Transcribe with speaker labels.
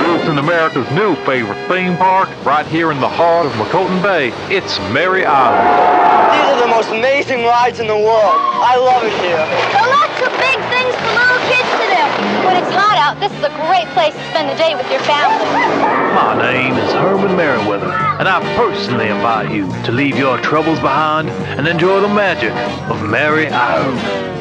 Speaker 1: Choosing America's new favorite theme park right here in the heart of Macotin Bay. It's Mary Island.
Speaker 2: These are the most amazing rides in the world. I love it here.
Speaker 3: There are lots of big things for little kids to do. When it's hot out, this is a great place to spend the day with your family.
Speaker 4: My name is Herman Merriweather, and I personally invite you to leave your troubles behind and enjoy the magic of Mary Island.